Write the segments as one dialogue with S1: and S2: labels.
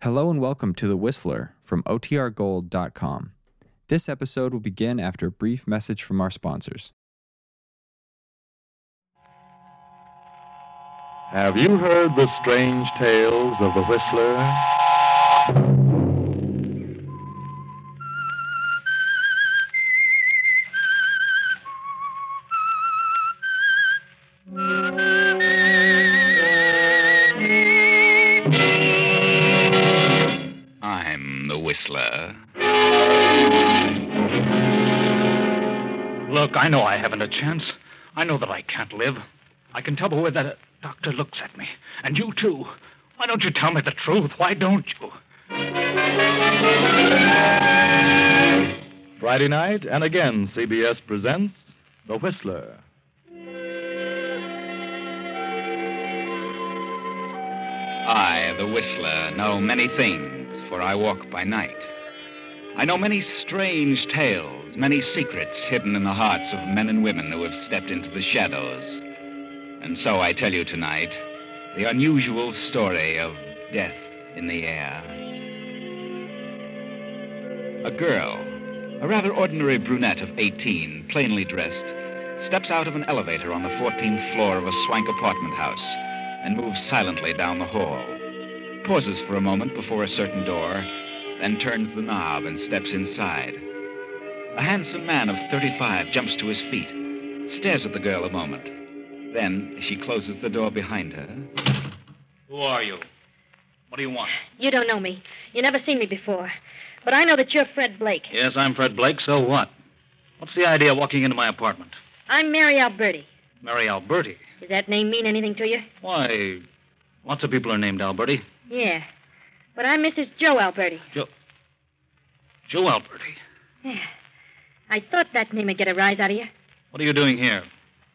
S1: Hello and welcome to The Whistler from OTRGold.com. This episode will begin after a brief message from our sponsors.
S2: Have you heard the strange tales of the Whistler?
S3: I'm the Whistler.
S4: Look, I know I haven't a chance. I know that I can't live. I can tell by the way that doctor looks at me. And you, too. Why don't you tell me the truth? Why don't you?
S2: Friday night, and again, CBS presents The Whistler.
S3: I, the Whistler, know many things, for I walk by night. I know many strange tales, many secrets hidden in the hearts of men and women who have stepped into the shadows. And so I tell you tonight the unusual story of death in the air. A girl, a rather ordinary brunette of 18, plainly dressed, steps out of an elevator on the 14th floor of a swank apartment house and moves silently down the hall. Pauses for a moment before a certain door, then turns the knob and steps inside. A handsome man of 35 jumps to his feet, stares at the girl a moment. Then she closes the door behind her.
S4: Who are you? What do you want?
S5: You don't know me. You never seen me before. But I know that you're Fred Blake.
S4: Yes, I'm Fred Blake, so what? What's the idea of walking into my apartment?
S5: I'm Mary Alberti.
S4: Mary Alberti.
S5: Does that name mean anything to you?
S4: Why, lots of people are named Alberti.
S5: Yeah. But I'm Mrs. Joe Alberti.
S4: Joe Alberti.
S5: Yeah. I thought that name would get a rise out of you.
S4: What are you doing here?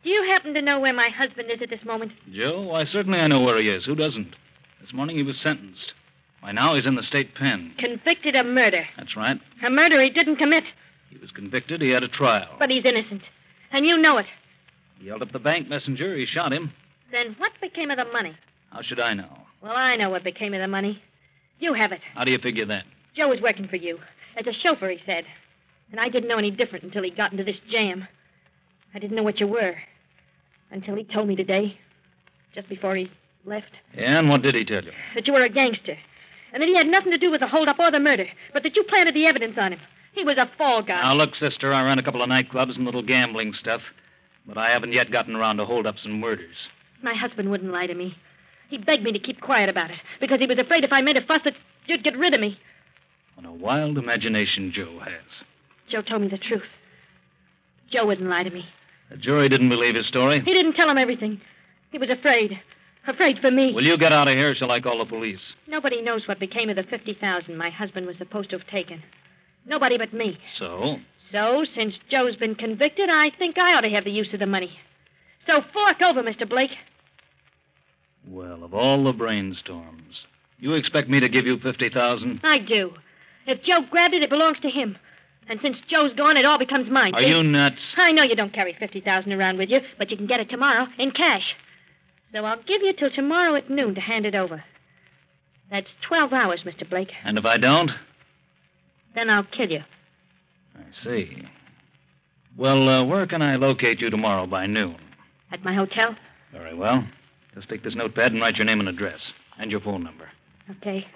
S5: Do you happen to know where my husband is at this moment?
S4: Joe? Why, certainly I know where he is. Who doesn't? This morning he was sentenced. By now he's in the state pen.
S5: Convicted of murder.
S4: That's right.
S5: A murder he didn't commit,
S4: He was convicted. He had a trial.
S5: but he's innocent. And you know it.
S4: He yelled up the bank messenger. He shot him.
S5: Then what became of the money?
S4: How should I know?
S5: Well, I know what became of the money. You have it.
S4: How do you figure that?
S5: Joe was working for you. As a chauffeur, he said. And I didn't know any different until he got into this jam. I didn't know what you were. Until he told me today, just before he left,
S4: Yeah, and what did he tell you?
S5: that you were a gangster. And that he had nothing to do with the holdup or the murder, but that you planted the evidence on him. He was a fall guy.
S4: Now, look, sister, I run a couple of nightclubs and little gambling stuff, but I haven't yet gotten around to holdups and murders.
S5: My husband wouldn't lie to me. He begged me to keep quiet about it, because he was afraid if I made a fuss that you'd get rid of me.
S4: What a wild imagination Joe has.
S5: Joe told me the truth. Joe wouldn't lie to me.
S4: The jury didn't believe his story.
S5: He didn't tell him everything. He was afraid. Afraid for me.
S4: Will you get out of here, or shall I call the police?
S5: Nobody knows what became of the 50,000 my husband was supposed to have taken. Nobody but me.
S4: So?
S5: So, since Joe's been convicted, I think I ought to have the use of the money. So fork over, Mr. Blake.
S4: Well, of all the brainstorms, you expect me to give you 50000
S5: I do. If Joe grabbed it, it belongs to him. And since Joe's gone, it all becomes mine.
S4: Are you nuts?
S5: I know you don't carry 50,000 around with you, but you can get it tomorrow in cash. So I'll give you till tomorrow at noon to hand it over. That's 12 hours, Mr. Blake.
S4: And if I don't?
S5: Then I'll kill you.
S4: I see. Well, uh, where can I locate you tomorrow by noon?
S5: At my hotel?
S4: Very well. Just take this notepad and write your name and address and your phone number.
S5: Okay.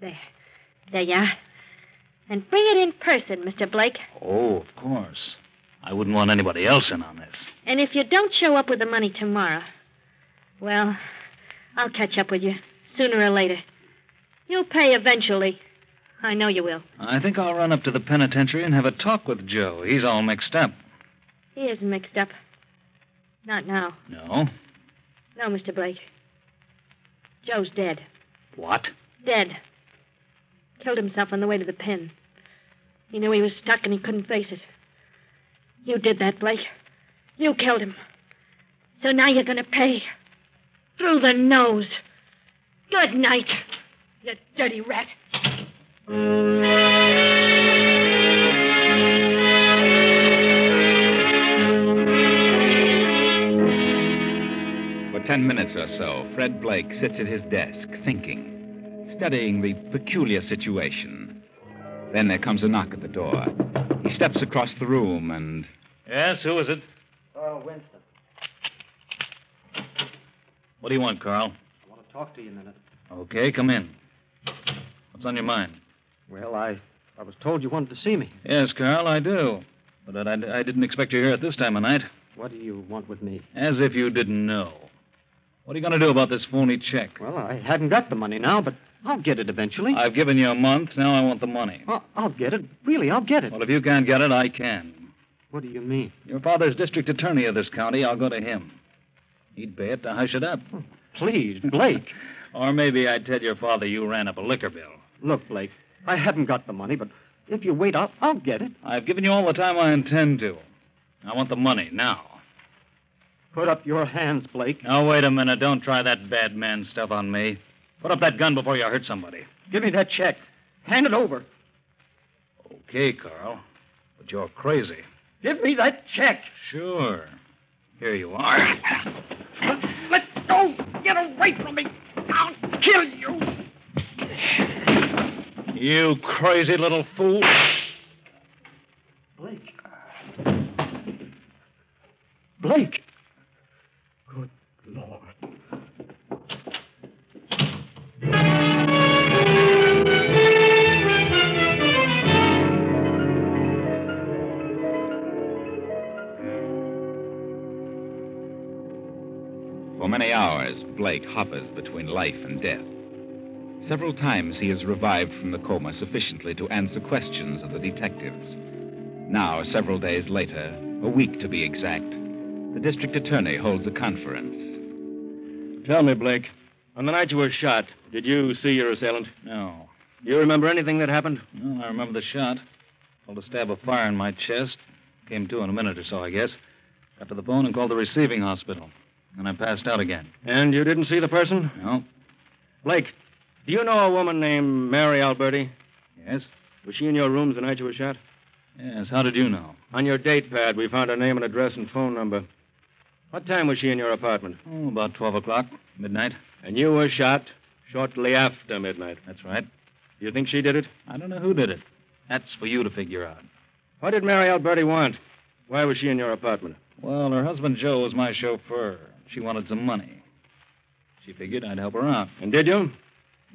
S5: There. There you are. And bring it in person, Mr. Blake.
S4: Oh, of course. I wouldn't want anybody else in on this.
S5: And if you don't show up with the money tomorrow, well, I'll catch up with you sooner or later. You'll pay eventually. I know you will.
S4: I think I'll run up to the penitentiary and have a talk with Joe. He's all mixed up.
S5: He isn't mixed up. Not now.
S4: No?
S5: No, Mr. Blake. Joe's dead.
S4: What?
S5: Dead. Killed himself on the way to the pen. He knew he was stuck and he couldn't face it. You did that, Blake. You killed him. So now you're going to pay. Through the nose. Good night, you dirty rat.
S4: But
S3: ten minutes or so, Fred Blake sits at his desk, thinking, studying the peculiar situation. Then there comes a knock at the door. He steps across the room and.
S4: Yes, who is it?
S6: Carl Oh, Winston.
S4: What do you want, Carl?
S6: I want to talk to you a minute.
S4: Okay, come in. What's on your mind?
S6: Well, I, I was told you wanted to see me.
S4: Yes, Carl, I do. But I, I didn't expect you here at this time of night.
S6: What do you want with me?
S4: As if you didn't know. What are you going to do about this phony check?
S6: Well, I haven't got the money now, but I'll get it eventually.
S4: I've given you a month. Now I want the money.
S6: Well, I'll get it. Really, I'll get it.
S4: Well, if you can't get it, I can.
S6: What do you mean?
S4: Your father's district attorney of this county. I'll go to him. He'd pay it to hush it up.
S6: Please, Blake.
S4: Or maybe I'd tell your father you ran up a liquor bill.
S6: Look, Blake, I haven't got the money, but if you wait, I'll, I'll get it.
S4: I've given you all the time I intend to. I want the money now.
S6: Put up your hands, Blake.
S4: Now, wait a minute. Don't try that bad man stuff on me. Put up that gun before you hurt somebody.
S6: Give me that check. Hand it over.
S4: Okay, Carl. But you're crazy.
S6: Give me that check.
S4: Sure. Here you are.
S6: Let go. Get away from me. I'll kill you.
S4: You crazy little fool.
S6: Blake. Blake. Good Lord.
S3: For many hours, Blake hovers between life and death. Several times he is revived from the coma sufficiently to answer questions of the detectives. Now, several days later, a week to be exact, the district attorney holds a conference.
S7: Tell me, Blake, on the night you were shot, did you see your assailant?
S4: No.
S7: Do you remember anything that happened?
S4: Well, I remember the shot. Felt a stab of fire in my chest. Came to in a minute or so, I guess. Got to the phone and called the receiving hospital. Then I passed out again.
S7: And you didn't see the person?
S4: No?
S7: Blake, do you know a woman named Mary Alberti?
S4: Yes?
S7: Was she in your room the night you were shot?
S4: Yes. How did you know?
S7: On your date pad, we found her name and address and phone number. What time was she in your apartment?
S4: Oh, about 12 o'clock, midnight.
S7: And you were shot shortly after midnight.
S4: That's right.
S7: Do you think she did it?
S4: I don't know who did it. That's for you to figure out.
S7: What did Mary Alberti want? Why was she in your apartment?
S4: Well, her husband Joe was my chauffeur. She wanted some money. She figured I'd help her out.
S7: And did you?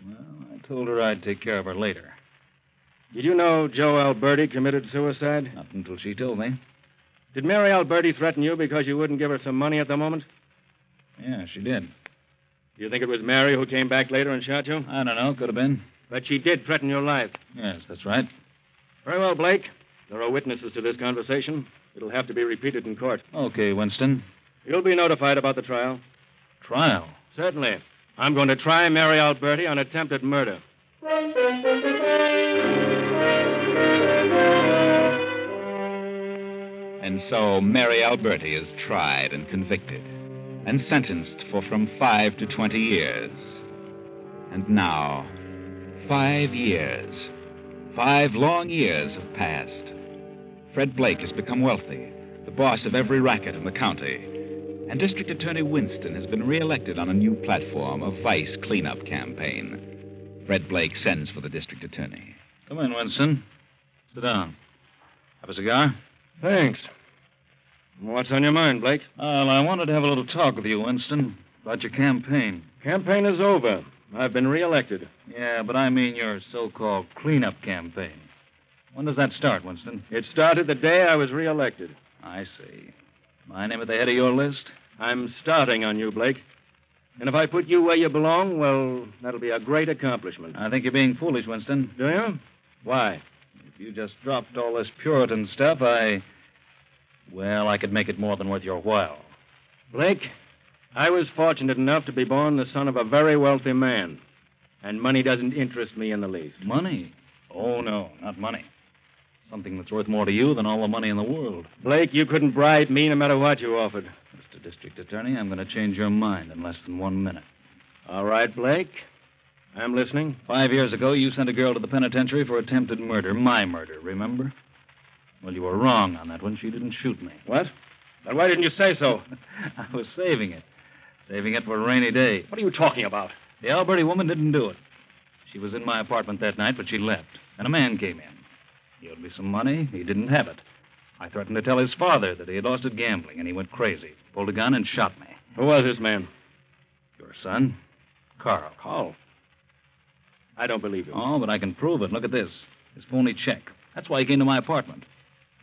S4: Well, I told her I'd take care of her later.
S7: Did you know Joe Alberti committed suicide?
S4: Not until she told me.
S7: Did Mary Alberti threaten you because you wouldn't give her some money at the moment?
S4: Yeah, she did.
S7: Do you think it was Mary who came back later and shot you?
S4: I don't know. Could have been.
S7: But she did threaten your life.
S4: Yes, that's right.
S7: Very well, Blake. There are witnesses to this conversation. It'll have to be repeated in court.
S4: Okay, Winston.
S7: You'll be notified about the trial.
S4: Trial.
S7: Certainly. I'm going to try Mary Alberti on attempted murder.
S3: And so Mary Alberti is tried and convicted and sentenced for from five to twenty years. And now, five years, five long years have passed. Fred Blake has become wealthy, the boss of every racket in the county, and District Attorney Winston has been reelected on a new platform of vice cleanup campaign. Fred Blake sends for the district attorney.
S4: Come in, Winston. Sit down. Have a cigar?
S7: Thanks. What's on your mind, Blake?
S4: Well, I wanted to have a little talk with you, Winston, about your campaign.
S7: Campaign is over. I've been reelected.
S4: Yeah, but I mean your so-called cleanup campaign. When does that start, Winston?
S7: It started the day I was reelected.
S4: I see. My name at the head of your list?
S7: I'm starting on you, Blake. And if I put you where you belong, well, that'll be a great accomplishment.
S4: I think you're being foolish, Winston.
S7: Do you? Why?
S4: If you just dropped all this Puritan stuff, I. Well, I could make it more than worth your while.
S7: Blake, I was fortunate enough to be born the son of a very wealthy man. And money doesn't interest me in the least.
S4: Money? Oh, no, not money. Something that's worth more to you than all the money in the world.
S7: Blake, you couldn't bribe me no matter what you offered.
S4: Mr. District Attorney, I'm going to change your mind in less than one minute.
S7: All right, Blake. I'm listening.
S4: Five years ago, you sent a girl to the penitentiary for attempted murder, my murder, remember? Well, you were wrong on that one. She didn't shoot me.
S7: What? Then why didn't you say so?
S4: I was saving it. Saving it for a rainy day.
S8: What are you talking about?
S4: The Alberti woman didn't do it. She was in my apartment that night, but she left. And a man came in. He owed me some money. He didn't have it. I threatened to tell his father that he had lost it gambling, and he went crazy. Pulled a gun and shot me.
S7: Who was this man?
S4: Your son, Carl.
S7: Carl. I don't believe you.
S4: Oh, but I can prove it. Look at this. His phony check. That's why he came to my apartment.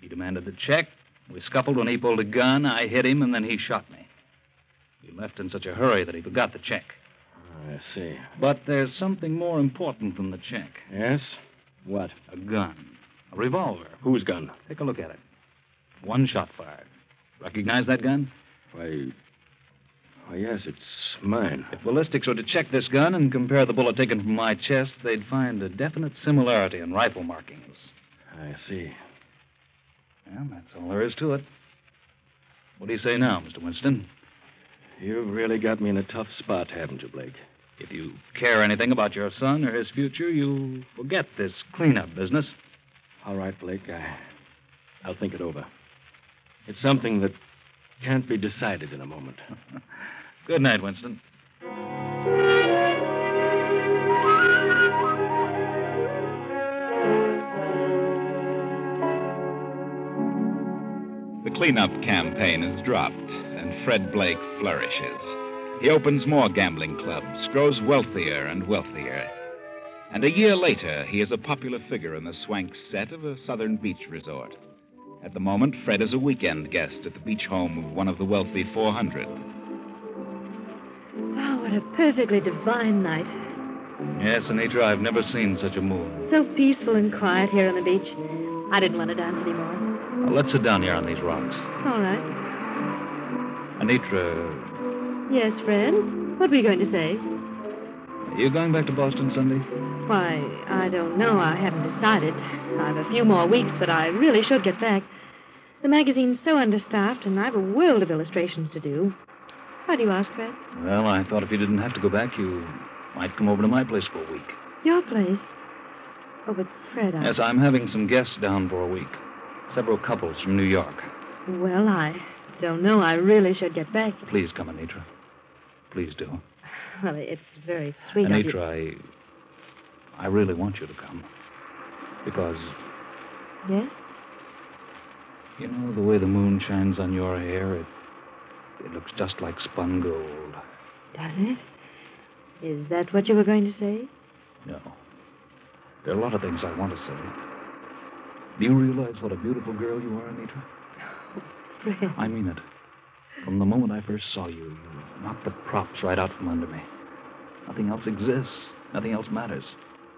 S4: He demanded the check. We scuffled when he pulled a gun. I hit him, and then he shot me. He left in such a hurry that he forgot the check.
S7: I see.
S4: But there's something more important than the check
S7: Yes? What?
S4: a gun, a revolver.
S7: Whose gun?
S4: Take a look at it. One shot fired. Recognize that gun?
S7: Why. Why, Oh, yes, it's mine.
S4: If ballistics were to check this gun and compare the bullet taken from my chest, they'd find a definite similarity in rifle markings.
S7: I see.
S4: Well, that's all there is to it. What do you say now, Mr. Winston?
S7: You've really got me in a tough spot, haven't you, Blake?
S4: If you care anything about your son or his future, you forget this cleanup business.
S7: All right, Blake. I, I'll think it over. It's something that can't be decided in a moment.
S4: Good night, Winston.
S3: The cleanup campaign is dropped, and Fred Blake flourishes. He opens more gambling clubs, grows wealthier and wealthier. And a year later, he is a popular figure in the swank set of a southern beach resort. At the moment, Fred is a weekend guest at the beach home of one of the wealthy 400.
S5: Oh, what a perfectly divine night.
S4: Yes, Anitra, I've never seen such a moon.
S5: So peaceful and quiet here on the beach. I didn't want to dance anymore.
S4: Now, let's sit down here on these rocks.
S5: All right.
S4: Anitra,
S5: Yes, Fred. What were you going to say?
S4: are you going back to Boston Sunday?
S5: Why, I don't know. I haven't decided. I've a few more weeks, but I really should get back. The magazine's so understaffed, and I've a world of illustrations to do. Why do you ask, Fred?
S4: Well, I thought if you didn't have to go back, you might come over to my place for a week.
S5: Your place. Oh, but Fred, I.
S4: Yes, I'm having some guests down for a week. Several couples from New York.
S5: Well, I don't know. I really should get back.
S4: Please come, Anitra. Please do.
S5: Well, it's very sweet of you.
S4: Anitra, I, I really want you to come. Because,
S5: Yes?
S4: you know, the way the moon shines on your hair, it, it looks just like spun gold.
S5: Does it? Is that what you were going to say?
S4: No. There are a lot of things I want to say. Do you realize what a beautiful girl you are, Anitra?
S5: Fred.
S4: I mean it. From the moment I first saw you, you knocked the props right out from under me. Nothing else exists. Nothing else matters.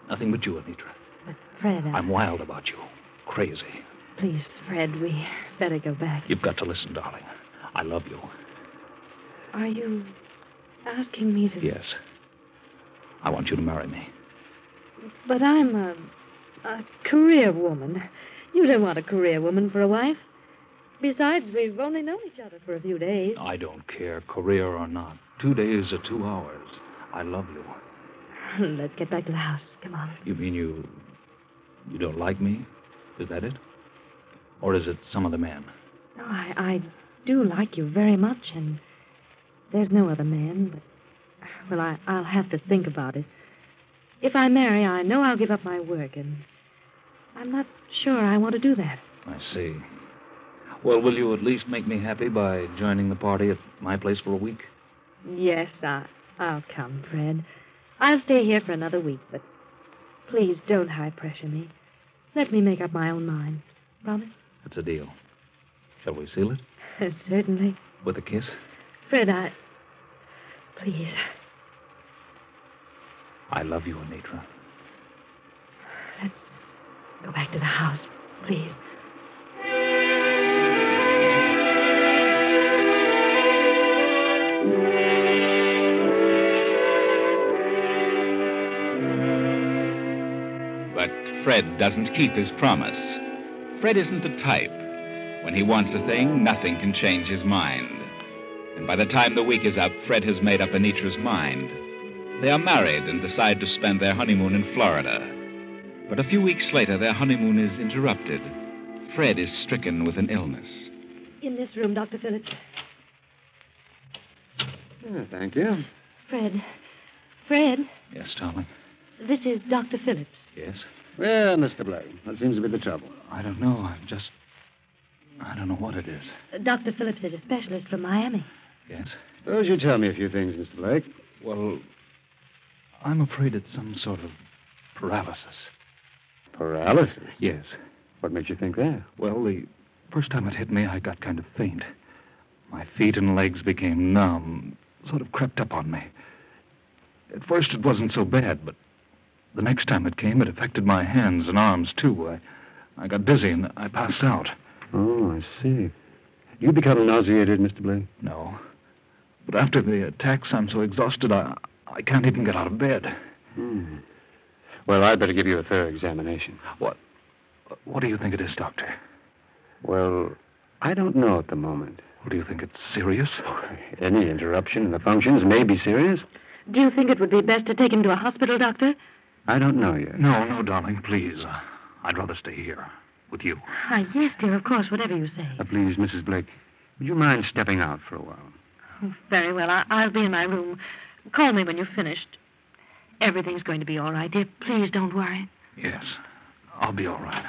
S4: Nothing but you, Anitra.
S5: But Fred, I...
S4: I'm wild about you. Crazy.
S5: please, Fred, we better go back.
S4: You've got to listen, darling. I love you.
S5: Are you asking me to?
S4: Yes. I want you to marry me.
S5: But I'm a, a career woman. You don't want a career woman for a wife. Besides, we've only known each other for a few days.
S4: I don't care, career or not. Two days or two hours. I love you.
S5: Let's get back to the house. Come on.
S4: You mean you. you don't like me? Is that it? Or is it some other man?
S5: No, I, I do like you very much, and there's no other man, but. Well, I, I'll have to think about it. If I marry, I know I'll give up my work, and I'm not sure I want to do that.
S4: I see. Well, will you at least make me happy by joining the party at my place for a week?
S5: Yes, I, I'll come, Fred. I'll stay here for another week, but please don't high pressure me. Let me make up my own mind. Promise?
S4: That's a deal. Shall we seal it?
S5: Certainly.
S4: With a kiss?
S5: Fred, I. Please.
S4: I love you, Anitra.
S5: Let's go back to the house, please.
S3: But Fred doesn't keep his promise. Fred isn't the type. When he wants a thing, nothing can change his mind. And by the time the week is up, Fred has made up Anitra's mind. They are married and decide to spend their honeymoon in Florida. But a few weeks later, their honeymoon is interrupted. Fred is stricken with an illness.
S5: In this room, Dr. Phillips.
S7: Yeah, thank you.
S5: Fred. Fred,
S4: Yes, darling.
S5: this is Dr. Phillips.
S4: Yes.
S7: Well, Mr. Blake, that seems to be the trouble.
S4: I don't know. I'm just. I don't know what it is.
S5: Uh, Dr. Phillips is a specialist from Miami.
S4: Yes.
S7: Suppose you tell me a few things, Mr. Blake.
S4: Well, I'm afraid it's some sort of paralysis.
S7: Paralysis?
S4: Yes.
S7: What makes you think that?
S4: Well, the first time it hit me, I got kind of faint. My feet and legs became numb, sort of crept up on me. At first, it wasn't so bad, but the next time it came, it affected my hands and arms, too. I, I got dizzy and I passed out.
S7: Oh, I see. You become nauseated, Mr. Blake.
S4: No. But after the attacks, I'm so exhausted, I, I can't even get out of bed.
S7: Hmm. Well, I'd better give you a thorough examination.
S4: What, what do you think it is, Doctor?
S7: Well, I don't know at the moment.
S4: Do you think it's serious?
S7: Any interruption in the functions may be serious.
S5: Do you think it would be best to take him to a hospital, Doctor?
S7: I don't know yet.
S4: No, no, darling, please. Uh, I'd rather stay here with you.
S5: Why, Ah, yes, dear, of course, whatever you say.
S7: Uh, please, Mrs. Blake, would you mind stepping out for a while?
S5: Very well. I- I'll be in my room. Call me when you've finished. Everything's going to be all right, dear. Please don't worry.
S4: Yes, I'll be all right.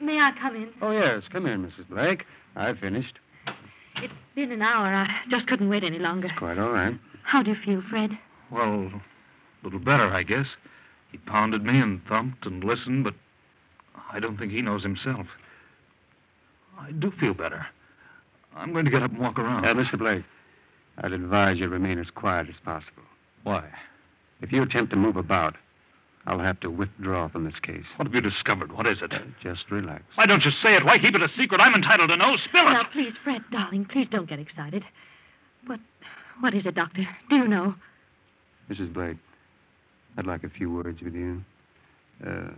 S5: May I come in?
S7: Oh, yes. Come in, Mrs. Blake. I've finished.
S5: It's been an hour. I just couldn't wait any longer.
S7: Quite all right.
S5: How do you feel, Fred?
S4: Well, a little better, I guess. He pounded me and thumped and listened, but I don't think he knows himself. I do feel better. I'm going to get up and walk around.
S7: Uh, Mr. Blake, I'd advise you to remain as quiet as possible.
S4: Why?
S7: If you attempt to move about, I'll have to withdraw from this case.
S4: What have you discovered? What is it?
S7: Just relax.
S4: Why don't you say it? Why keep it a secret? I'm entitled to know. Spill
S5: Now, please, Fred, darling, please don't get excited. What, what is it, Doctor? Do you know?
S7: Mrs. Blake, I'd like a few words with you. Uh,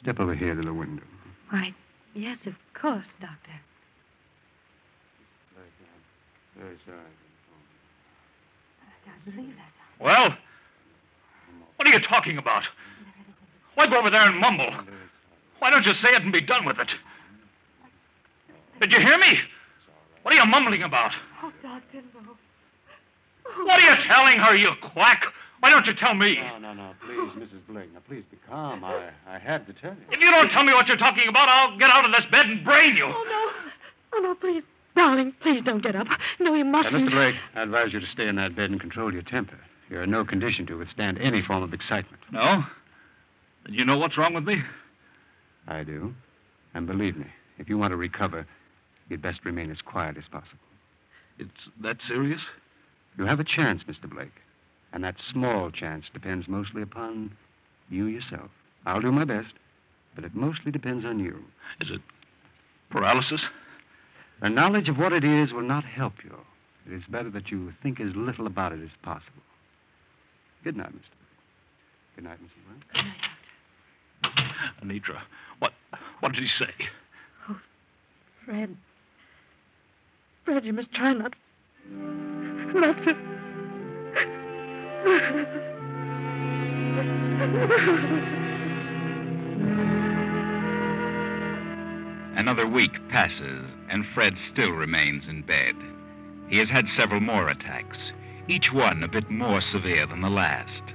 S7: step over here to the window.
S5: Why, yes, of course, Doctor.
S7: Very sorry.
S5: I can't believe that.
S9: Well, what are you talking about? Why go over there and mumble? Why don't you say it and be done with it? Did you hear me? What are you mumbling about?
S5: Oh, Doctor, no.
S9: What are you telling her, you quack? Why don't you tell me?
S7: No, no, no. Please, Mrs. Blake. Now, please be calm. I, I had to tell you.
S9: If you don't tell me what you're talking about, I'll get out of this bed and brain you.
S5: Oh, no. Oh, no, please, darling, please don't get up. No, you mustn't.
S7: Mr. Blake, I advise you to stay in that bed and control your temper. You're in no condition to withstand any form of excitement.
S4: No? Did you know what's wrong with me?
S7: I do. And believe me, if you want to recover, you'd best remain as quiet as possible.
S4: It's that serious?
S7: You have a chance, Mr. Blake. And that small chance depends mostly upon you yourself. I'll do my best, but it mostly depends on you.
S4: Is it paralysis?
S7: The knowledge of what it is will not help you. It is better that you think as little about it as possible. Good night, Mr. Blake. Good night, Mrs. Blake.
S4: Anitra, what, what did he say?
S5: Fred. Fred, you must try not. Not to.
S10: Another week passes, and Fred still remains in bed. He has had several more attacks, each one a bit more severe than the last.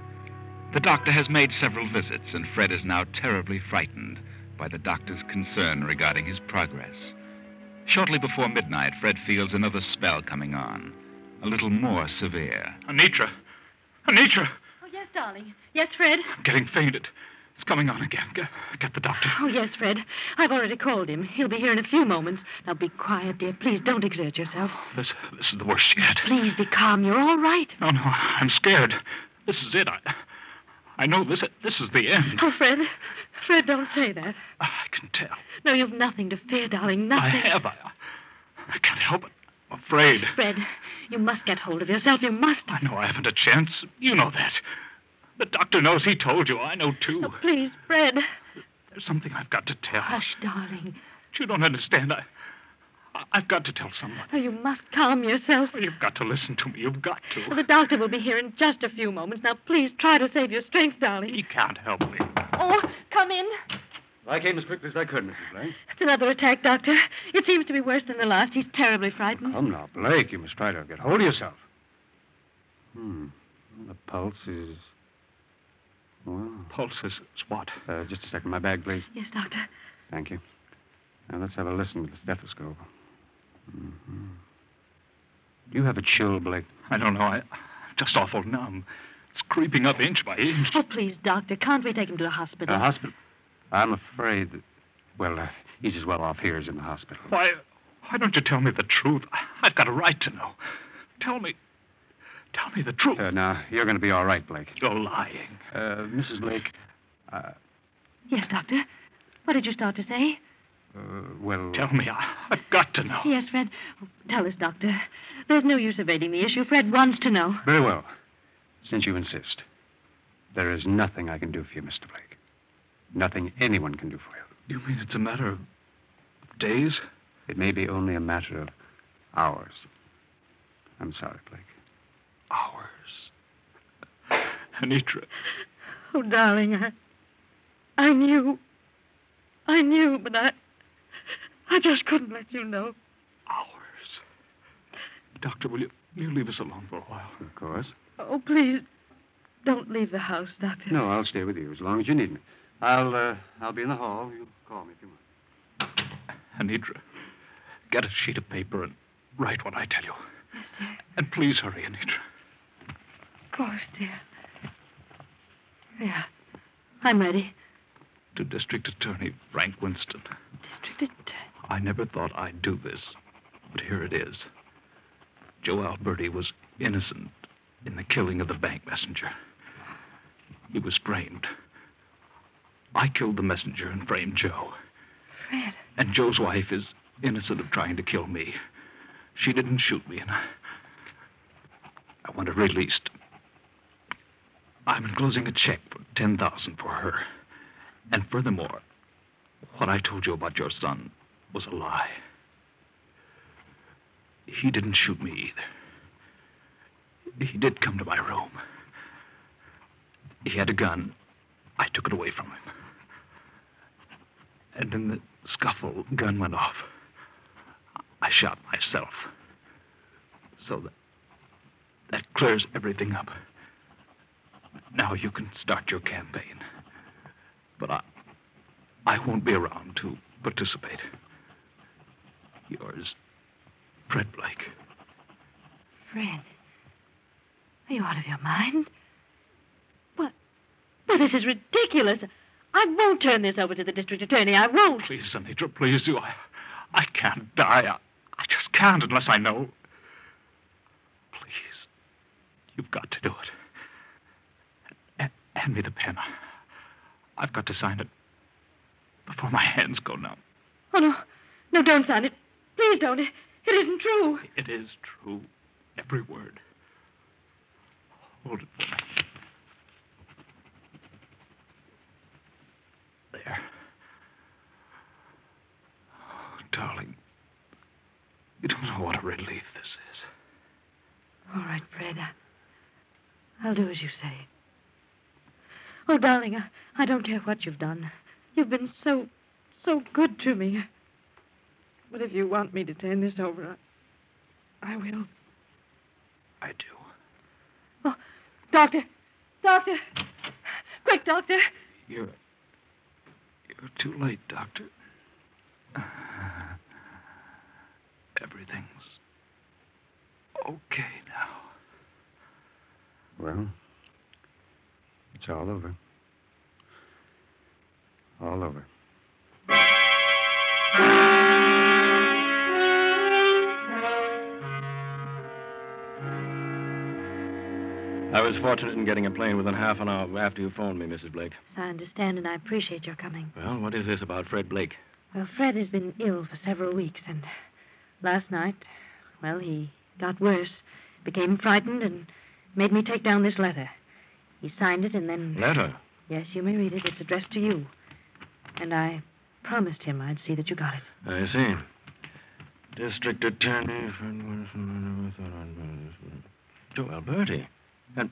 S10: The doctor has made several visits, and Fred is now terribly frightened by the doctor's concern regarding his progress. Shortly before midnight, Fred feels another spell coming on, a little more severe.
S9: Anitra. Anitra.
S5: Oh, yes, darling. Yes, Fred.
S9: I'm getting fainted. It's coming on again. Get, get the doctor.
S5: Oh, yes, Fred. I've already called him. He'll be here in a few moments. Now, be quiet, dear. Please don't exert yourself.
S9: This, this is the worst yet.
S5: Please be calm. You're all right.
S9: Oh, No, no, I'm scared. This is it. I, I know this. This is the end.
S5: Oh, Fred. Fred, don't say that.
S9: I can tell.
S5: No, you've nothing to fear, darling.
S9: I
S5: Nothing.
S9: have. I, I can't help it. I'm afraid.
S5: Fred, you must get hold of yourself. You must.
S9: I know I haven't a chance. You know that. The doctor knows. He told you. I know too.
S5: Oh, please, Fred.
S9: There's something I've got to tell.
S5: Hush, darling.
S9: You don't understand. I,
S4: I- I've got to tell someone.
S5: Oh, you must calm yourself.
S4: Oh, You've got to listen to me. You've got to.
S5: Oh, The doctor will be here in just a few moments. Now, please try to save your strength, darling.
S4: He can't help me.
S5: Oh, come in.
S7: I came as quickly as I could, Mrs. Blake.
S5: It's another attack, Doctor. It seems to be worse than the last. He's terribly frightened.
S7: Come now, Blake. You must try to get hold of yourself. Hmm. The pulse is. Well.
S4: Pulse is is what?
S7: Uh, just a second. My bag, please.
S5: Yes, Doctor.
S7: Thank you. Now let's have a listen with the stethoscope. hmm Do you have a chill, Blake?
S4: I don't know. I, I'm just awful numb. It's creeping up inch by inch.
S5: Oh, please, Doctor, can't we take him to the
S7: The
S5: hospital?
S7: hospital? I'm afraid. That, well, uh, he's as well off here as in the hospital.
S4: Why, why don't you tell me the truth? I've got a right to know. Tell me, tell me the truth.
S7: Uh, now you're going to be all right, Blake.
S4: You're lying.
S7: Uh, Mrs. Blake. Uh,
S5: Yes, Doctor. What did you start to say?
S7: uh, well.
S4: Tell me. I, I've got to know.
S5: Yes, Fred. Oh, Tell us, Doctor. There's no use evading the issue. Fred wants to know.
S7: Very well. Since you insist, there is nothing I can do for you, Mr. Blake. Nothing anyone can do for you.
S4: You mean it's a matter of days?
S7: It may be only a matter of hours. I'm sorry, Blake.
S4: Hours. Anitra.
S5: Oh, darling, I, I knew. I knew, but I, I just couldn't let you know.
S4: Hours. Doctor, will you, will you leave us alone for a while?
S7: Of course.
S5: Oh, please, don't leave the house, Doctor.
S7: No, I'll stay with you as long as you need me. I'll uh, I'll be in the hall. You call me if you want.
S4: Anitra, get a sheet of paper and write what I tell you. And please hurry, Anitra.
S5: Of course, dear. Yeah, I'm ready.
S4: To District Attorney Frank Winston.
S5: District Attorney.
S4: I never thought I'd do this, but here it is. Joe Alberti was innocent in the killing of the bank messenger. He was framed. I killed the messenger and framed Joe.
S5: Fred.
S4: And Joe's wife is innocent of trying to kill me. She didn't shoot me, and I, I want her released. I'm enclosing a check for 10000 for her. And furthermore, what I told you about your son was a lie. He didn't shoot me either. He did come to my room. He had a gun. I took it away from him. And in the scuffle, gun went off. I shot myself. So that, that clears everything up. Now you can start your campaign. But I, I won't be around to participate. Yours, Fred Blake.
S5: Fred. Are you out of your mind? What? Well, this is ridiculous. I won't turn this over to the district attorney. I won't.
S4: Oh, Please, Anitra, please do. I, I can't die. I, I just can't unless I know. Please, you've got to do it. A- hand me the pen. I've got to sign it before my hands go numb.
S5: Oh, no. No, don't sign it. Please don't. It, it isn't true.
S4: It is true, every word. Hold it. for me. There. Oh, darling, you don't know what a relief this is.
S5: All right, Fred. I, I'll do as you say. Oh, darling, I, I don't care what you've done. You've been so, so good to me. But if you want me to turn this over, I, I will.
S4: I do.
S5: Oh, doctor! Doctor! Quick, doctor!
S4: You're. You're too late, Doctor. Everything's. okay now.
S7: Well, it's all over. All over.
S2: I was fortunate in getting a plane within half an hour after you phoned me, Mrs. Blake.
S5: I understand, and I appreciate your coming.
S2: Well, what is this about Fred Blake?
S5: Well, Fred has been ill for several weeks, and last night, well, he got worse, became frightened, and made me take down this letter. He signed it, and then.
S2: Letter.
S5: Yes, you may read it. It's addressed to you. And I promised him I'd see that you got it.
S2: I see. District Attorney Fred Wilson. I never thought I'd know this. To Alberti. And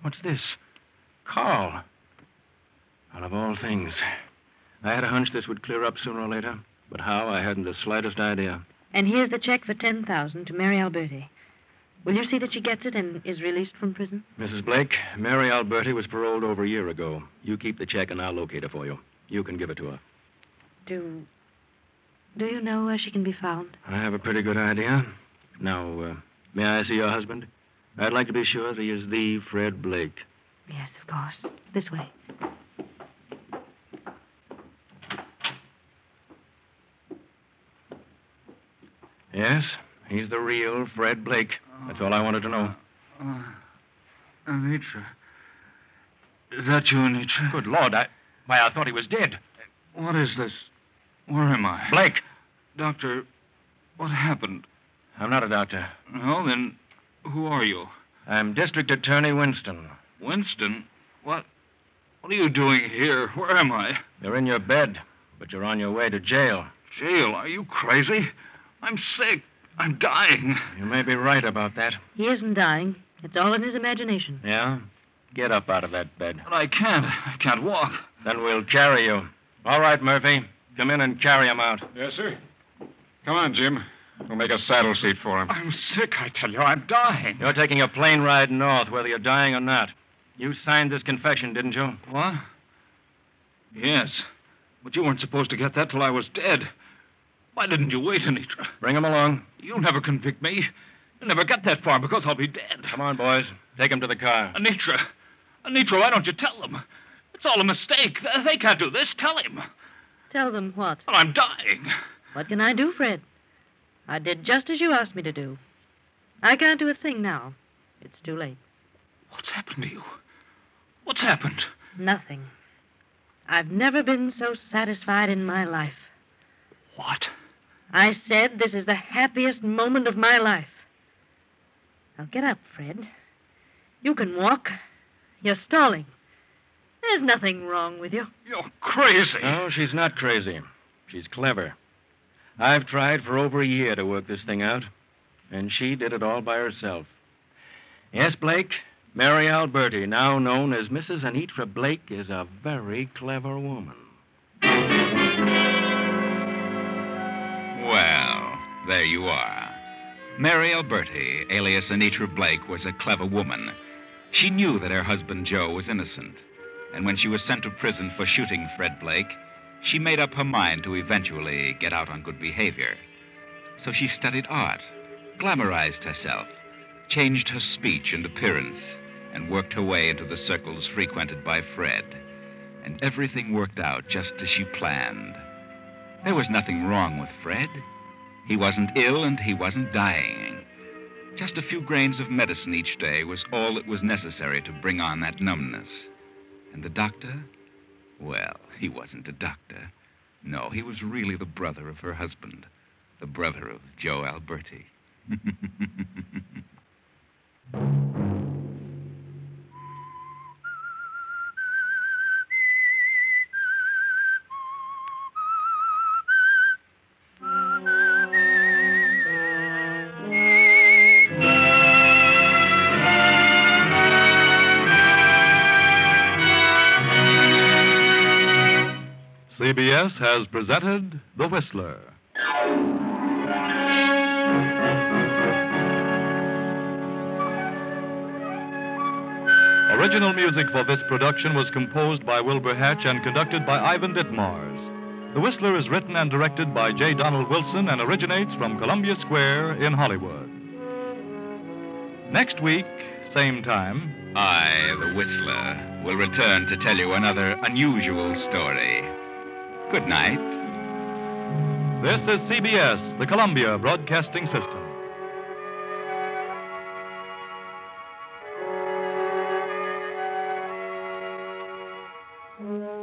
S2: what's this? Carl. Out of all things. I had a hunch this would clear up sooner or later, but how I hadn't the slightest idea.
S5: And here's the check for 10000 to Mary Alberti. Will you see that she gets it and is released from prison?
S2: Mrs. Blake, Mary Alberti was paroled over a year ago. You keep the check and I'll locate her for you. You can give it to her.
S5: Do. Do you know where she can be found?
S2: I have a pretty good idea. Now, uh, may I see your husband? I'd like to be sure that he is the Fred Blake.
S5: Yes, of course. This way.
S2: Yes, he's the real Fred Blake. That's all I wanted to know.
S11: Uh, Anitra. Is that you, Anitra?
S12: Good Lord, I. Why, I thought he was dead.
S11: What is this? Where am I?
S12: Blake!
S11: Doctor, what happened?
S2: I'm not a doctor.
S11: Well, then, who are you?
S2: I'm District Attorney Winston.
S11: Winston? What? What are you doing here? Where am I?
S2: You're in your bed, but you're on your way to jail.
S11: Jail? Are you crazy? I'm sick. I'm dying.
S2: You may be right about that.
S5: He isn't dying. It's all in his imagination.
S2: Yeah? Get up out of that bed.
S11: But I can't. I can't walk.
S2: Then we'll carry you. All right, Murphy. Come in and carry him out.
S7: Yes, sir. Come on, Jim. We'll make a saddle seat for him.
S12: I'm sick, I tell you. I'm dying.
S2: You're taking a plane ride north, whether you're dying or not. You signed this confession, didn't you?
S11: What?
S12: Yes. But you weren't supposed to get that till I was dead. Why didn't you wait, Anitra?
S2: Bring him along.
S12: You'll never convict me. You'll never get that far because I'll be dead.
S2: Come on, boys. Take him to the car.
S12: Anitra. Anitra, why don't you tell them? It's all a mistake. They- They can't do this. Tell him.
S5: Tell them what?
S12: Well, I'm dying.
S5: What can I do, Fred? I did just as you asked me to do. I can't do a thing now. It's too late.
S12: What's happened to you? What's happened?
S5: Nothing. I've never been so satisfied in my life.
S12: What?
S5: I said this is the happiest moment of my life. Now get up, Fred. You can walk. You're stalling. There's nothing wrong with you.
S12: You're crazy.
S2: No, she's not crazy. She's clever. I've tried for over a year to work this thing out, and she did it all by herself. Yes, Blake, Mary Alberti, now known as Mrs. Anitra Blake, is a very clever woman.
S4: Well, there you are. Mary Alberti, alias Anitra Blake, was a clever woman. She knew that her husband Joe was innocent, and when she was sent to prison for shooting Fred Blake, she made up her mind to eventually get out on good behavior. So she studied art, glamorized herself, changed her speech and appearance, and worked her way into the circles frequented by Fred. And everything worked out just as she planned. There was nothing wrong with Fred. He wasn't ill and he wasn't dying. Just a few grains of medicine each day was all that was necessary to bring on that numbness. And the doctor? Well, he wasn't a doctor. No, he was really the brother of her husband, the brother of Joe Alberti.
S13: CBS has presented The Whistler. Original music for this production was composed by Wilbur Hatch and conducted by Ivan Ditmars. The Whistler is written and directed by J. Donald Wilson and originates from Columbia Square in Hollywood. Next week, same time,
S4: I, the Whistler, will return to tell you another unusual story. Good night.
S13: This is CBS, the Columbia Broadcasting System.
S14: Thank you.